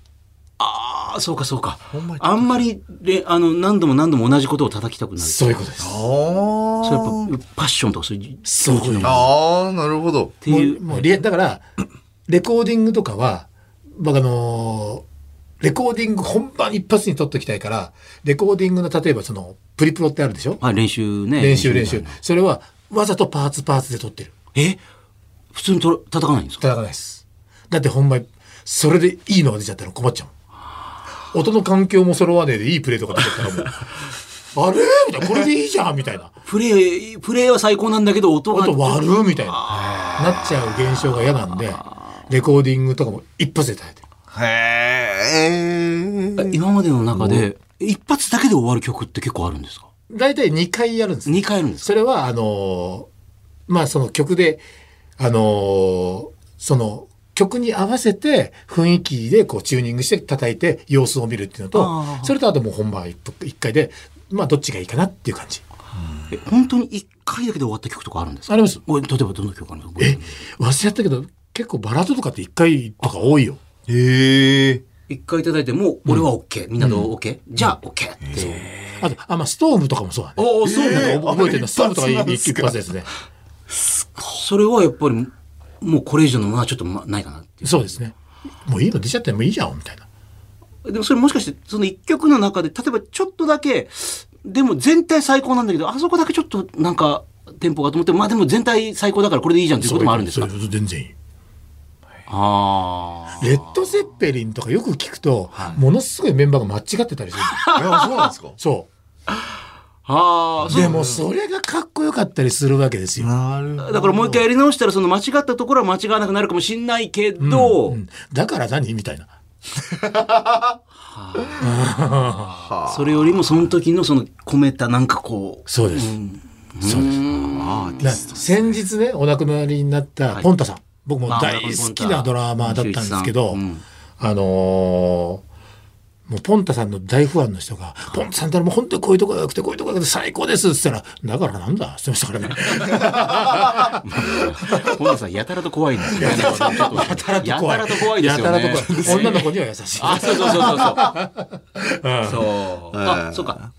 [SPEAKER 1] ああそうかそうか
[SPEAKER 2] んまに
[SPEAKER 1] あんまりれあの何度も何度も同じことを叩きたくない
[SPEAKER 3] そういうことです。
[SPEAKER 2] あ
[SPEAKER 1] それやっ
[SPEAKER 2] ー
[SPEAKER 1] ぱパッションとかそういう
[SPEAKER 3] そういうことです。も
[SPEAKER 2] あー、なるほど。
[SPEAKER 1] っていう
[SPEAKER 3] う、もうリアだから、レコーディングとかは、僕あのーレコーディング本番一発に撮っときたいから、レコーディングの例えばその、プリプロってあるでしょ
[SPEAKER 1] はい練習ね
[SPEAKER 3] 練習練習
[SPEAKER 1] みたいな。
[SPEAKER 3] それは、わざとパーツパーツで撮ってる。
[SPEAKER 1] え普通にとら叩かないんですか
[SPEAKER 3] 叩かないです。だってほんまに、それでいいのが出ちゃったら困っちゃう。音の環境も揃わねえでいいプレーとか出ちゃったら もう、あれみたいな、これでいいじゃんみたいな。
[SPEAKER 1] プレイプレイは最高なんだけど音が
[SPEAKER 3] 音割るみたいな。なっちゃう現象が嫌なんで、レコーディングとかも一発で耐えてる。
[SPEAKER 2] へえ。
[SPEAKER 1] 今までの中で一発だけで終わる曲って結構あるんですか
[SPEAKER 3] 大体2回やるんです。
[SPEAKER 1] 2回あるんですか
[SPEAKER 3] それは、あのーまあその曲で、あのーその、曲に合わせて雰囲気でこうチューニングして叩いて様子を見るってい
[SPEAKER 1] あ
[SPEAKER 3] うのと
[SPEAKER 1] ー
[SPEAKER 3] それとあともう本番1回でまあどっちがいいかなっていう感じ
[SPEAKER 1] え本当に1回だけで終わった曲とかあるんですか
[SPEAKER 3] あります
[SPEAKER 1] お例えばどんな曲あるの
[SPEAKER 3] え忘れちゃったけど結構バラードとかって1回とか多いよ
[SPEAKER 2] へえ。
[SPEAKER 1] 1回叩いても俺は OK、みんなどう OK、じゃあ OK って、
[SPEAKER 3] あとあまあストームとかもそうだね
[SPEAKER 1] おおそうなんだ、
[SPEAKER 3] なんか覚えてる の
[SPEAKER 2] あ
[SPEAKER 3] ストームとか
[SPEAKER 2] 一発なんです
[SPEAKER 3] 一
[SPEAKER 2] か
[SPEAKER 3] 発ですね
[SPEAKER 1] それはやっぱりもうこれ以上のものはちょっとまないかなってい
[SPEAKER 3] そうですねもういいの出ちゃってもいいじゃんみたいな
[SPEAKER 1] うでもそれもしかしてその1曲の中で例えばちょっとだけでも全体最高なんだけどあそこだけちょっとなんかテンポがと思ってまあでも全体最高だからこれでいいじゃんっていうこともあるんですか
[SPEAKER 3] そういうこと全然いい
[SPEAKER 1] ああ
[SPEAKER 3] レッド・ゼッペリンとかよく聞くと、ものすごいメンバーが間違ってたりする
[SPEAKER 2] いや、そうなんです か
[SPEAKER 3] そ
[SPEAKER 1] ああ
[SPEAKER 3] うでもそれがかっこよかったりするわけですよ、
[SPEAKER 2] なるほど。
[SPEAKER 1] だからもう一回やり直したらその間違ったところは間違わなくなるかもしんないけど、
[SPEAKER 3] うんだから何みたいな
[SPEAKER 1] それよりもその時のその込めたなんかこう
[SPEAKER 3] そうです、そうです
[SPEAKER 2] アーティ
[SPEAKER 3] な
[SPEAKER 2] スト。
[SPEAKER 3] 先日ねお亡くなりになったポンタさん、僕も
[SPEAKER 1] あ
[SPEAKER 3] 大好きなドラマーだったんですけど、
[SPEAKER 1] ポンタうん
[SPEAKER 3] あのーもうポンタさんの大ファンの人が、ポンタさんったらもう本当にこういうとこが良くて、こういうとこが良くて最高ですって言ったら、だからなんだって言ってましたからね。
[SPEAKER 1] 本田さんやたらと怖いんですよね。やたら
[SPEAKER 3] やたらと怖い。
[SPEAKER 1] ですよね。
[SPEAKER 3] やたらと怖い女の子には優しい。。
[SPEAKER 1] あ、そうそうそうそうそう。そう。あ、そうか。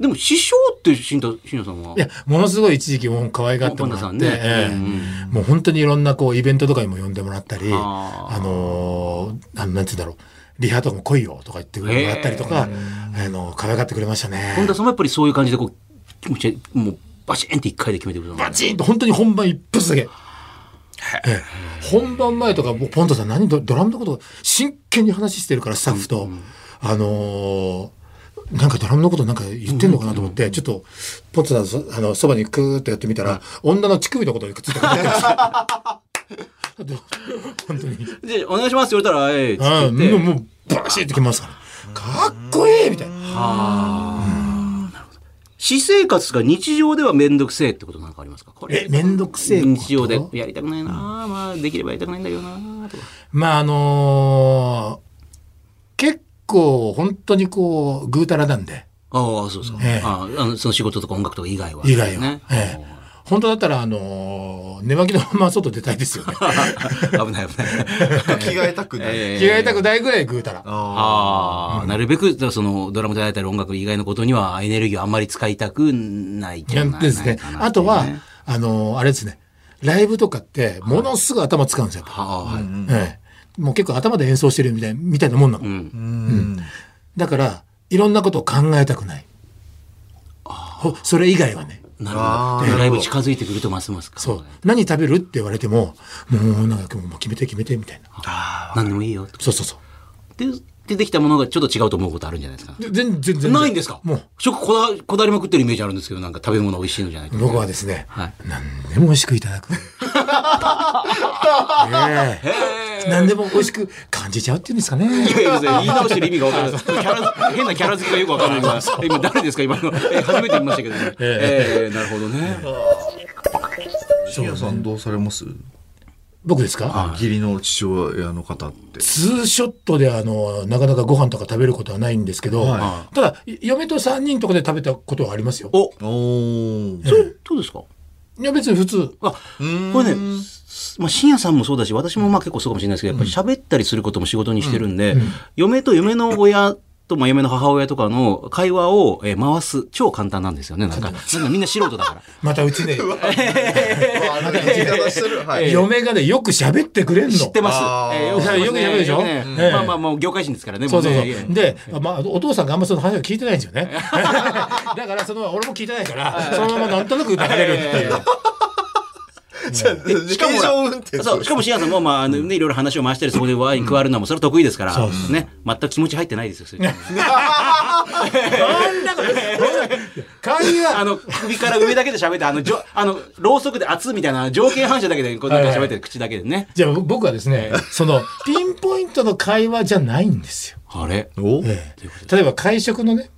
[SPEAKER 1] でも師匠って新藤新藤さんはい
[SPEAKER 3] や、ものすごい一時期もう可愛がってもら
[SPEAKER 1] ポ
[SPEAKER 3] っ
[SPEAKER 1] ン
[SPEAKER 3] て、
[SPEAKER 1] タさんね
[SPEAKER 3] ええ
[SPEAKER 1] うん
[SPEAKER 3] もう本当にいろんなこうイベントとかにも呼んでもらったり、
[SPEAKER 1] あ
[SPEAKER 3] あのーあの、なんて言うんだろう、リハとかも来いよとか言ってもらったりとか、あの、可愛がってくれましたね。
[SPEAKER 1] 本田さんもやっぱりそういう感じでこう気持ちもうバシーンって一回で決めてくるの
[SPEAKER 3] バチンと本当に本番一発だけ。ええ本番前とか、もうポンタさん何ドドラムのこと真剣に話してるから、スタッフと。あのーなんかドラムのことなんか言ってんのかなと思って、ちょっと、ポンタさんのそあのそばにクーッとやってみたら、女の乳首のことにくっついて書いてあ るんですよ本当に。
[SPEAKER 1] でお願いしますって言われたらええっつ
[SPEAKER 3] ああ
[SPEAKER 1] っ
[SPEAKER 3] も
[SPEAKER 1] て言
[SPEAKER 3] う、
[SPEAKER 1] って。
[SPEAKER 3] もうバシッときますから。かっこいいみたいな。
[SPEAKER 1] 私生活が日常では面倒くせえってことなんかありますかこれ
[SPEAKER 3] え、めんどくせえこと。
[SPEAKER 1] 日常でやりたくないな、まあできればやりたくないんだけどなとか
[SPEAKER 3] まああのー結構本当にこうぐうたらなんで
[SPEAKER 1] ああそうそう、
[SPEAKER 3] ええ
[SPEAKER 1] あああのその仕事とか音楽とか以外は
[SPEAKER 3] 以外は、
[SPEAKER 1] ね、
[SPEAKER 3] ええ本当だったらあのー寝巻きのまま外出たいですよね
[SPEAKER 1] 危ない危ない
[SPEAKER 2] 着替えたくない。
[SPEAKER 1] え
[SPEAKER 3] 着替えたくないぐらいぐうたら
[SPEAKER 1] あ
[SPEAKER 2] あ
[SPEAKER 1] あ、なるべく、その、ドラムであったり音楽以外のことには、エネルギーをあんまり使いたくないじゃないかな
[SPEAKER 3] ですね
[SPEAKER 1] っていう
[SPEAKER 3] あとはあのーあれですねライブとかってものすごい頭使うんですよ、
[SPEAKER 1] はあ、はい。うん。
[SPEAKER 3] ええもう結構頭で演奏してるみたいみたいなもんなの、
[SPEAKER 2] ーうん。
[SPEAKER 3] だからいろんなことを考えたくないほそれ以外はね
[SPEAKER 1] な
[SPEAKER 2] あ
[SPEAKER 1] るほ
[SPEAKER 2] ーな
[SPEAKER 1] ど。
[SPEAKER 2] る
[SPEAKER 1] ライ
[SPEAKER 2] ほ
[SPEAKER 1] ブ
[SPEAKER 2] ど
[SPEAKER 1] 近づいてくるとますますか。
[SPEAKER 3] そう。何食べるって言われても、もうなんかもう決めて決めてみたいな。
[SPEAKER 1] 何でもいいよと。
[SPEAKER 3] そうそうそう。
[SPEAKER 1] で、でできたものがちょっと違うと思うことあるんじゃないですか。
[SPEAKER 3] で全然、全然。
[SPEAKER 1] ないんですか
[SPEAKER 3] も
[SPEAKER 1] 食こだわこだわりまくってるイメージあるんですけど、なんか食べ物美味しいのじゃないと
[SPEAKER 3] う、。僕はですね、
[SPEAKER 1] はい。
[SPEAKER 3] 何でも美味しくいただく。ねえ何でも美味しく感じちゃうっていうんですかね。
[SPEAKER 1] いやいや言い直してる意味が分からないキャラ変なキャラ付けがよく分からないから今誰ですか今のえ初めて見ましたけどねええなるほどね
[SPEAKER 2] 深夜さんどうされます
[SPEAKER 3] 僕ですか
[SPEAKER 2] 義理の父親の方って。
[SPEAKER 3] ツーショットであの、なかなかご飯とか食べることはないんですけど、
[SPEAKER 2] は
[SPEAKER 3] ただ、い嫁と3人とかで食べたことはありますよ。
[SPEAKER 1] お
[SPEAKER 2] おー。
[SPEAKER 1] どうですか
[SPEAKER 3] いや、別に普通。
[SPEAKER 1] あ、これね、すまあ、深夜さんもそうだし、私もまあ結構そうかもしれないですけど、やっぱり喋ったりすることも仕事にしてるんで、嫁と嫁の親と、まあ、嫁の母親とかの会話をえー回す、超簡単なんですよね。なんか、なんかみんな素人だ から。
[SPEAKER 3] またうちね、
[SPEAKER 2] あなんか言い方してる。はい。
[SPEAKER 3] 嫁がね、よく喋ってくれんの。
[SPEAKER 1] 知ってます。
[SPEAKER 2] あー
[SPEAKER 1] えーよく知ってます
[SPEAKER 3] よくやるでしょ
[SPEAKER 1] ね
[SPEAKER 3] ええ
[SPEAKER 1] まあまあ、もう業界人ですからね。
[SPEAKER 3] そうそう
[SPEAKER 1] も
[SPEAKER 3] そう
[SPEAKER 1] ね
[SPEAKER 3] う。で、まあ、お父さんがあんまその話を聞いてないんですよね。だから、その、俺も聞いてないから、そのままなんとなく流れるっていう。
[SPEAKER 1] しかもほら
[SPEAKER 2] 平常運転
[SPEAKER 1] そう、しかも深夜さんも、まあ、あのね、いろいろ話を回したり、そこでワイン加わるのも、それは得意ですから、ね、全く気持ち入ってないですよ、それ
[SPEAKER 3] 会
[SPEAKER 1] あ
[SPEAKER 3] 話、
[SPEAKER 1] の、首から上だけで喋って、あの、じょあの、ろうそくで熱みたいな、条件反射だけで、こう、なんか喋ってる口だけでね。
[SPEAKER 3] じゃあ僕はですね、その、ピンポイントの会話じゃないんですよ。
[SPEAKER 1] あれ
[SPEAKER 2] お
[SPEAKER 3] ええ例えば会食のね、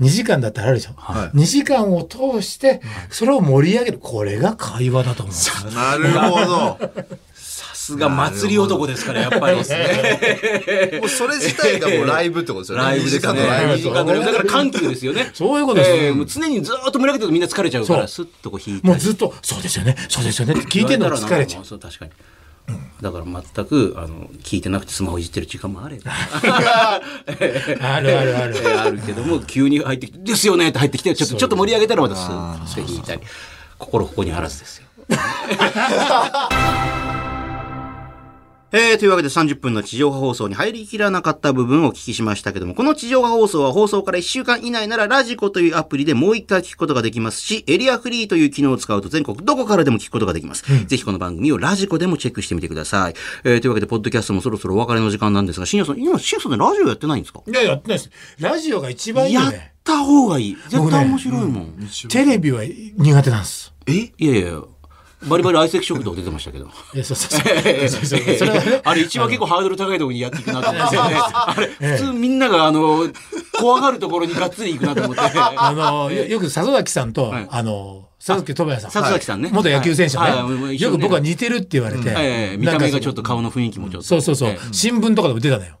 [SPEAKER 3] 2時間だってあるでしょ。
[SPEAKER 2] はい
[SPEAKER 3] 2時間を通して、それを盛り上げる。これが会話だと思う。
[SPEAKER 2] なる ほど。
[SPEAKER 1] さすが祭り男ですから、やっぱり。
[SPEAKER 2] もうそれ自体がもうライブってことですよね。
[SPEAKER 1] ライブですね。
[SPEAKER 2] 二時間のライ
[SPEAKER 1] 2
[SPEAKER 2] ブ
[SPEAKER 1] 時間のライブだから緩急ですよね。
[SPEAKER 3] そういうことです
[SPEAKER 1] ええもう常にずーっと盛り上げてるとみんな疲れちゃうか
[SPEAKER 3] そ
[SPEAKER 1] ら、
[SPEAKER 3] う
[SPEAKER 1] スッとこう引いて。
[SPEAKER 3] もうずっと、そうですよね、そうですよねって聞いてるのが疲れちゃう。
[SPEAKER 1] そう、確かに。だから全くあの聞いてなくてスマホいじってる時間もあれば
[SPEAKER 3] あるあるある。
[SPEAKER 1] ええあるけども急に入ってきて「ですよね」って入ってきてちょっとちょっと盛り上げたらまたスーッて引いたり心ここにあらずですよ。 えーというわけで30分の地上波放送に入りきらなかった部分をお聞きしましたけども、この地上波放送は放送から1週間以内ならラジコというアプリでもう一回聞くことができますし、エリアフリーという機能を使うと全国どこからでも聞くことができます。ぜひこの番組をラジコでもチェックしてみてください。えーというわけで、ポッドキャストもそろそろお別れの時間なんですが、深夜さん、今、深夜さんねラジオやってないんですか
[SPEAKER 3] いや、やってないです。ラジオが一番いい
[SPEAKER 1] や
[SPEAKER 3] よ
[SPEAKER 1] っ
[SPEAKER 3] ね。
[SPEAKER 1] た方がいい。絶
[SPEAKER 3] 僕ね
[SPEAKER 1] 対面白いもん。
[SPEAKER 3] テレビは苦手なんです。
[SPEAKER 2] え
[SPEAKER 1] いやいや、バリバリ相席食堂出てましたけど。
[SPEAKER 3] いや、そうそうそう。そうそ うそうそれはね、
[SPEAKER 1] あれ一番結構ハードル高いところにやっていくなと思って、あれ普通みんながあの怖がるところにがっつり行くなと思って。
[SPEAKER 3] あの、よよく里崎さんと、
[SPEAKER 1] はい
[SPEAKER 3] あの、佐々木智也さん。
[SPEAKER 1] 里崎さんね
[SPEAKER 3] はい元野球選手
[SPEAKER 1] はいはいも
[SPEAKER 3] の
[SPEAKER 1] う
[SPEAKER 3] ね。
[SPEAKER 1] 一緒
[SPEAKER 3] よ
[SPEAKER 1] にね
[SPEAKER 3] く僕は似てるって言われて。
[SPEAKER 1] ええ見
[SPEAKER 3] な
[SPEAKER 1] た
[SPEAKER 3] んか
[SPEAKER 1] 目がちょっと顔の雰囲気もちょっと。
[SPEAKER 3] そうそうそう
[SPEAKER 1] ええ。
[SPEAKER 3] 新聞とかでも出たのよ。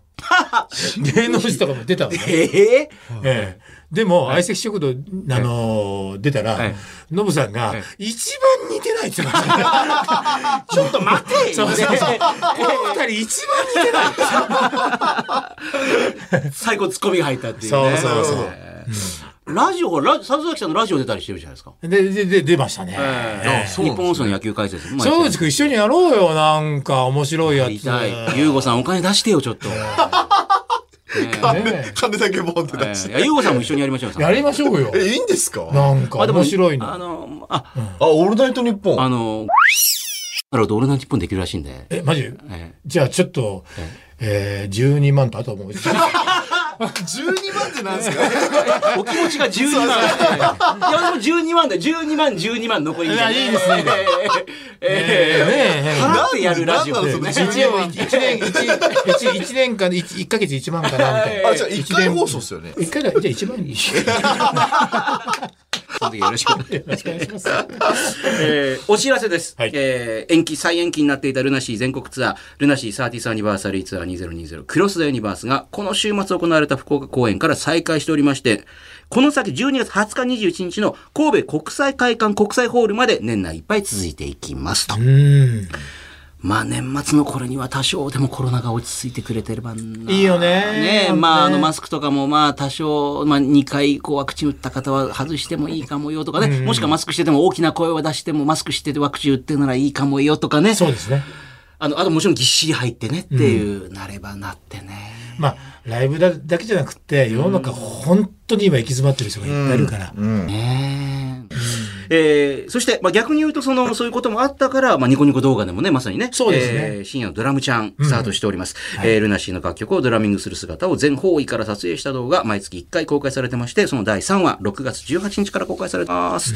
[SPEAKER 3] 芸能人とかも出たのね。
[SPEAKER 1] ええ
[SPEAKER 3] ええ、でも、相席食堂、あのー出たら
[SPEAKER 1] はい、
[SPEAKER 3] ノブさんが
[SPEAKER 1] はい、
[SPEAKER 3] 一番似てないって言ってました。 ちょっと待てそうそうそう。この二人一番似てない。
[SPEAKER 1] 最後ツッコミが入ったっていう
[SPEAKER 3] そう
[SPEAKER 1] ね。
[SPEAKER 3] そうそう
[SPEAKER 1] えーラジオ、ラジ里崎さんのラジオ出たりしてるじゃないですか。
[SPEAKER 3] で、で、で、出ましたね。
[SPEAKER 2] あそう
[SPEAKER 1] 日
[SPEAKER 2] なんですね
[SPEAKER 1] 本放送の野球解説もやって
[SPEAKER 3] 庄司君一緒にやろうよ、なんか、面白いや
[SPEAKER 1] やり
[SPEAKER 3] つ。
[SPEAKER 1] たい。ゆうごさんお金出してよ、ちょっと。ね
[SPEAKER 3] ね
[SPEAKER 2] 金だけボンって
[SPEAKER 1] え
[SPEAKER 2] 出し
[SPEAKER 1] い
[SPEAKER 2] て。
[SPEAKER 1] やゆうごさんも一緒にやりましょう。
[SPEAKER 3] やりましょうよ。
[SPEAKER 2] え、いいんですかあ、
[SPEAKER 3] なんか、
[SPEAKER 1] あでも
[SPEAKER 3] 面白い
[SPEAKER 1] あ
[SPEAKER 3] の。
[SPEAKER 1] の、あ、
[SPEAKER 2] オールナイトニッポ
[SPEAKER 1] あ
[SPEAKER 2] ン。
[SPEAKER 1] の、なるほど、俺の日本できるらしいんで。
[SPEAKER 3] え、マジ
[SPEAKER 1] え
[SPEAKER 3] じゃあ、ちょっと、えー、12万とあとはもう。
[SPEAKER 2] 12万ってなんですか
[SPEAKER 1] ーお気持ちが12万。いや、でも12万で、12万、12万残りみた
[SPEAKER 3] いやいいです
[SPEAKER 1] え
[SPEAKER 3] ね。
[SPEAKER 1] ーえー
[SPEAKER 3] ねえ
[SPEAKER 1] 払ってやるラジオ
[SPEAKER 2] なん
[SPEAKER 1] で
[SPEAKER 2] な
[SPEAKER 1] す
[SPEAKER 2] んだ
[SPEAKER 1] ね
[SPEAKER 2] ろ。う
[SPEAKER 3] 一応一一年一一一年間で一一ヶ月一万かなみたいな。
[SPEAKER 2] あ、じゃあ1回放送っすよね。
[SPEAKER 3] 一回だじゃあ一万に。
[SPEAKER 1] その時よろしく。
[SPEAKER 3] よろしくお願いします。
[SPEAKER 1] えーお知らせです、
[SPEAKER 3] はい
[SPEAKER 1] えー延期再延期になっていたルナシー全国ツアールナシー30アニバーサリーツアー2020クロス・ザ・ユニバースがこの週末行われた福岡公演から再開しておりましてこの先12月20日21日の神戸国際会館国際ホールまで年内いっぱい続いていきますと、
[SPEAKER 3] うん。
[SPEAKER 1] まあ年末の頃には多少でもコロナが落ち着いてくれてればない
[SPEAKER 3] いいよね
[SPEAKER 1] ねえまああのマ
[SPEAKER 3] ス
[SPEAKER 1] スクとかもまあ多少、まあ、2回こうワクチン打った方は外してもいいかもよとかね、もしくはマスクしてても大きな声を出してもマスクしててワクチン打ってるならいいかもよとかね
[SPEAKER 3] そうですね。
[SPEAKER 1] あのあともちろんぎっしり入ってねっていう、なればなってね。
[SPEAKER 3] まあライブだだけじゃなくて世の中本当に今行き詰まってる人がいっぱいいるから。
[SPEAKER 2] うん。
[SPEAKER 1] ねええーそして、まあ、逆に言うとそのそういうこともあったから、まあ、ニコニコ動画でもねまさにね
[SPEAKER 3] そうですね
[SPEAKER 1] えー深夜のドラムちゃんスタートしております、えールナシーの楽曲をドラミングする姿を全方位から撮影した動画毎月1回公開されてましてその第3話6月18日から公開されてます、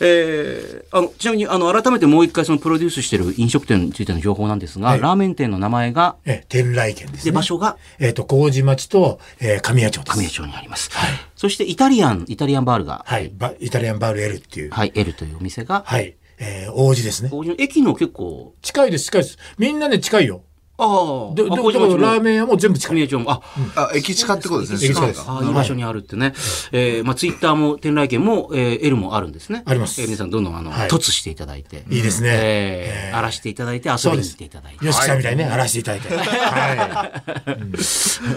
[SPEAKER 1] えーあのちなみにあの改めてもう一回そのプロデュースしてる飲食店についての情報なんですが、
[SPEAKER 3] はい
[SPEAKER 1] ラーメン店の名前が
[SPEAKER 3] え天来県です
[SPEAKER 1] で
[SPEAKER 3] ね
[SPEAKER 1] 場。所が
[SPEAKER 3] えっと麹町とえー神谷町です。
[SPEAKER 1] 神谷町にあります、そしてイタリアンイタリアンバールが、
[SPEAKER 3] はいバイタリアンバールエルっていう。
[SPEAKER 1] はい、L というお店が、
[SPEAKER 3] はい。えー王子ですね。
[SPEAKER 1] こういう駅の結構
[SPEAKER 3] 近いです近いです。みんなね近いよ。
[SPEAKER 1] ああ、
[SPEAKER 3] ででだからラーメン屋も全部近い。
[SPEAKER 1] 組合長も、あ、
[SPEAKER 2] あ、駅近ってことですね。
[SPEAKER 3] 駅近です
[SPEAKER 2] そうか
[SPEAKER 1] ああ、いい場所にあるってね。えー、まあ、ツイッターも、天来県も、えー、L もあるんですね。
[SPEAKER 3] あります
[SPEAKER 1] えー皆さん、どんどん、あの、
[SPEAKER 3] はい
[SPEAKER 1] 凸していただいて。
[SPEAKER 3] いいですね
[SPEAKER 1] え
[SPEAKER 3] え
[SPEAKER 1] ー、
[SPEAKER 3] ー
[SPEAKER 1] 荒らしていただいて、遊
[SPEAKER 3] そ
[SPEAKER 1] び
[SPEAKER 3] う
[SPEAKER 1] に
[SPEAKER 3] で
[SPEAKER 1] 来
[SPEAKER 3] す。
[SPEAKER 1] ていただいて。
[SPEAKER 3] よしさんみたいにね、荒らしていただいて。は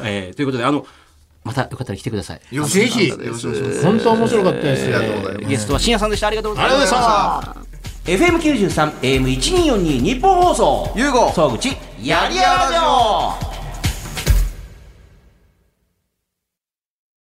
[SPEAKER 1] えー、ということで、あの、またよかったら来てください。
[SPEAKER 2] よろしく
[SPEAKER 3] ぜひ
[SPEAKER 2] よろしくお願いしま
[SPEAKER 3] い。
[SPEAKER 2] す
[SPEAKER 3] 本当面白かったです。
[SPEAKER 2] ありがとうございます
[SPEAKER 1] ゲストは深夜さんでした。ありがとうございま。
[SPEAKER 3] ありがとうございました
[SPEAKER 1] FM93、AM1242、日本放送。
[SPEAKER 2] ゆうご
[SPEAKER 1] 総口、やりやらでよ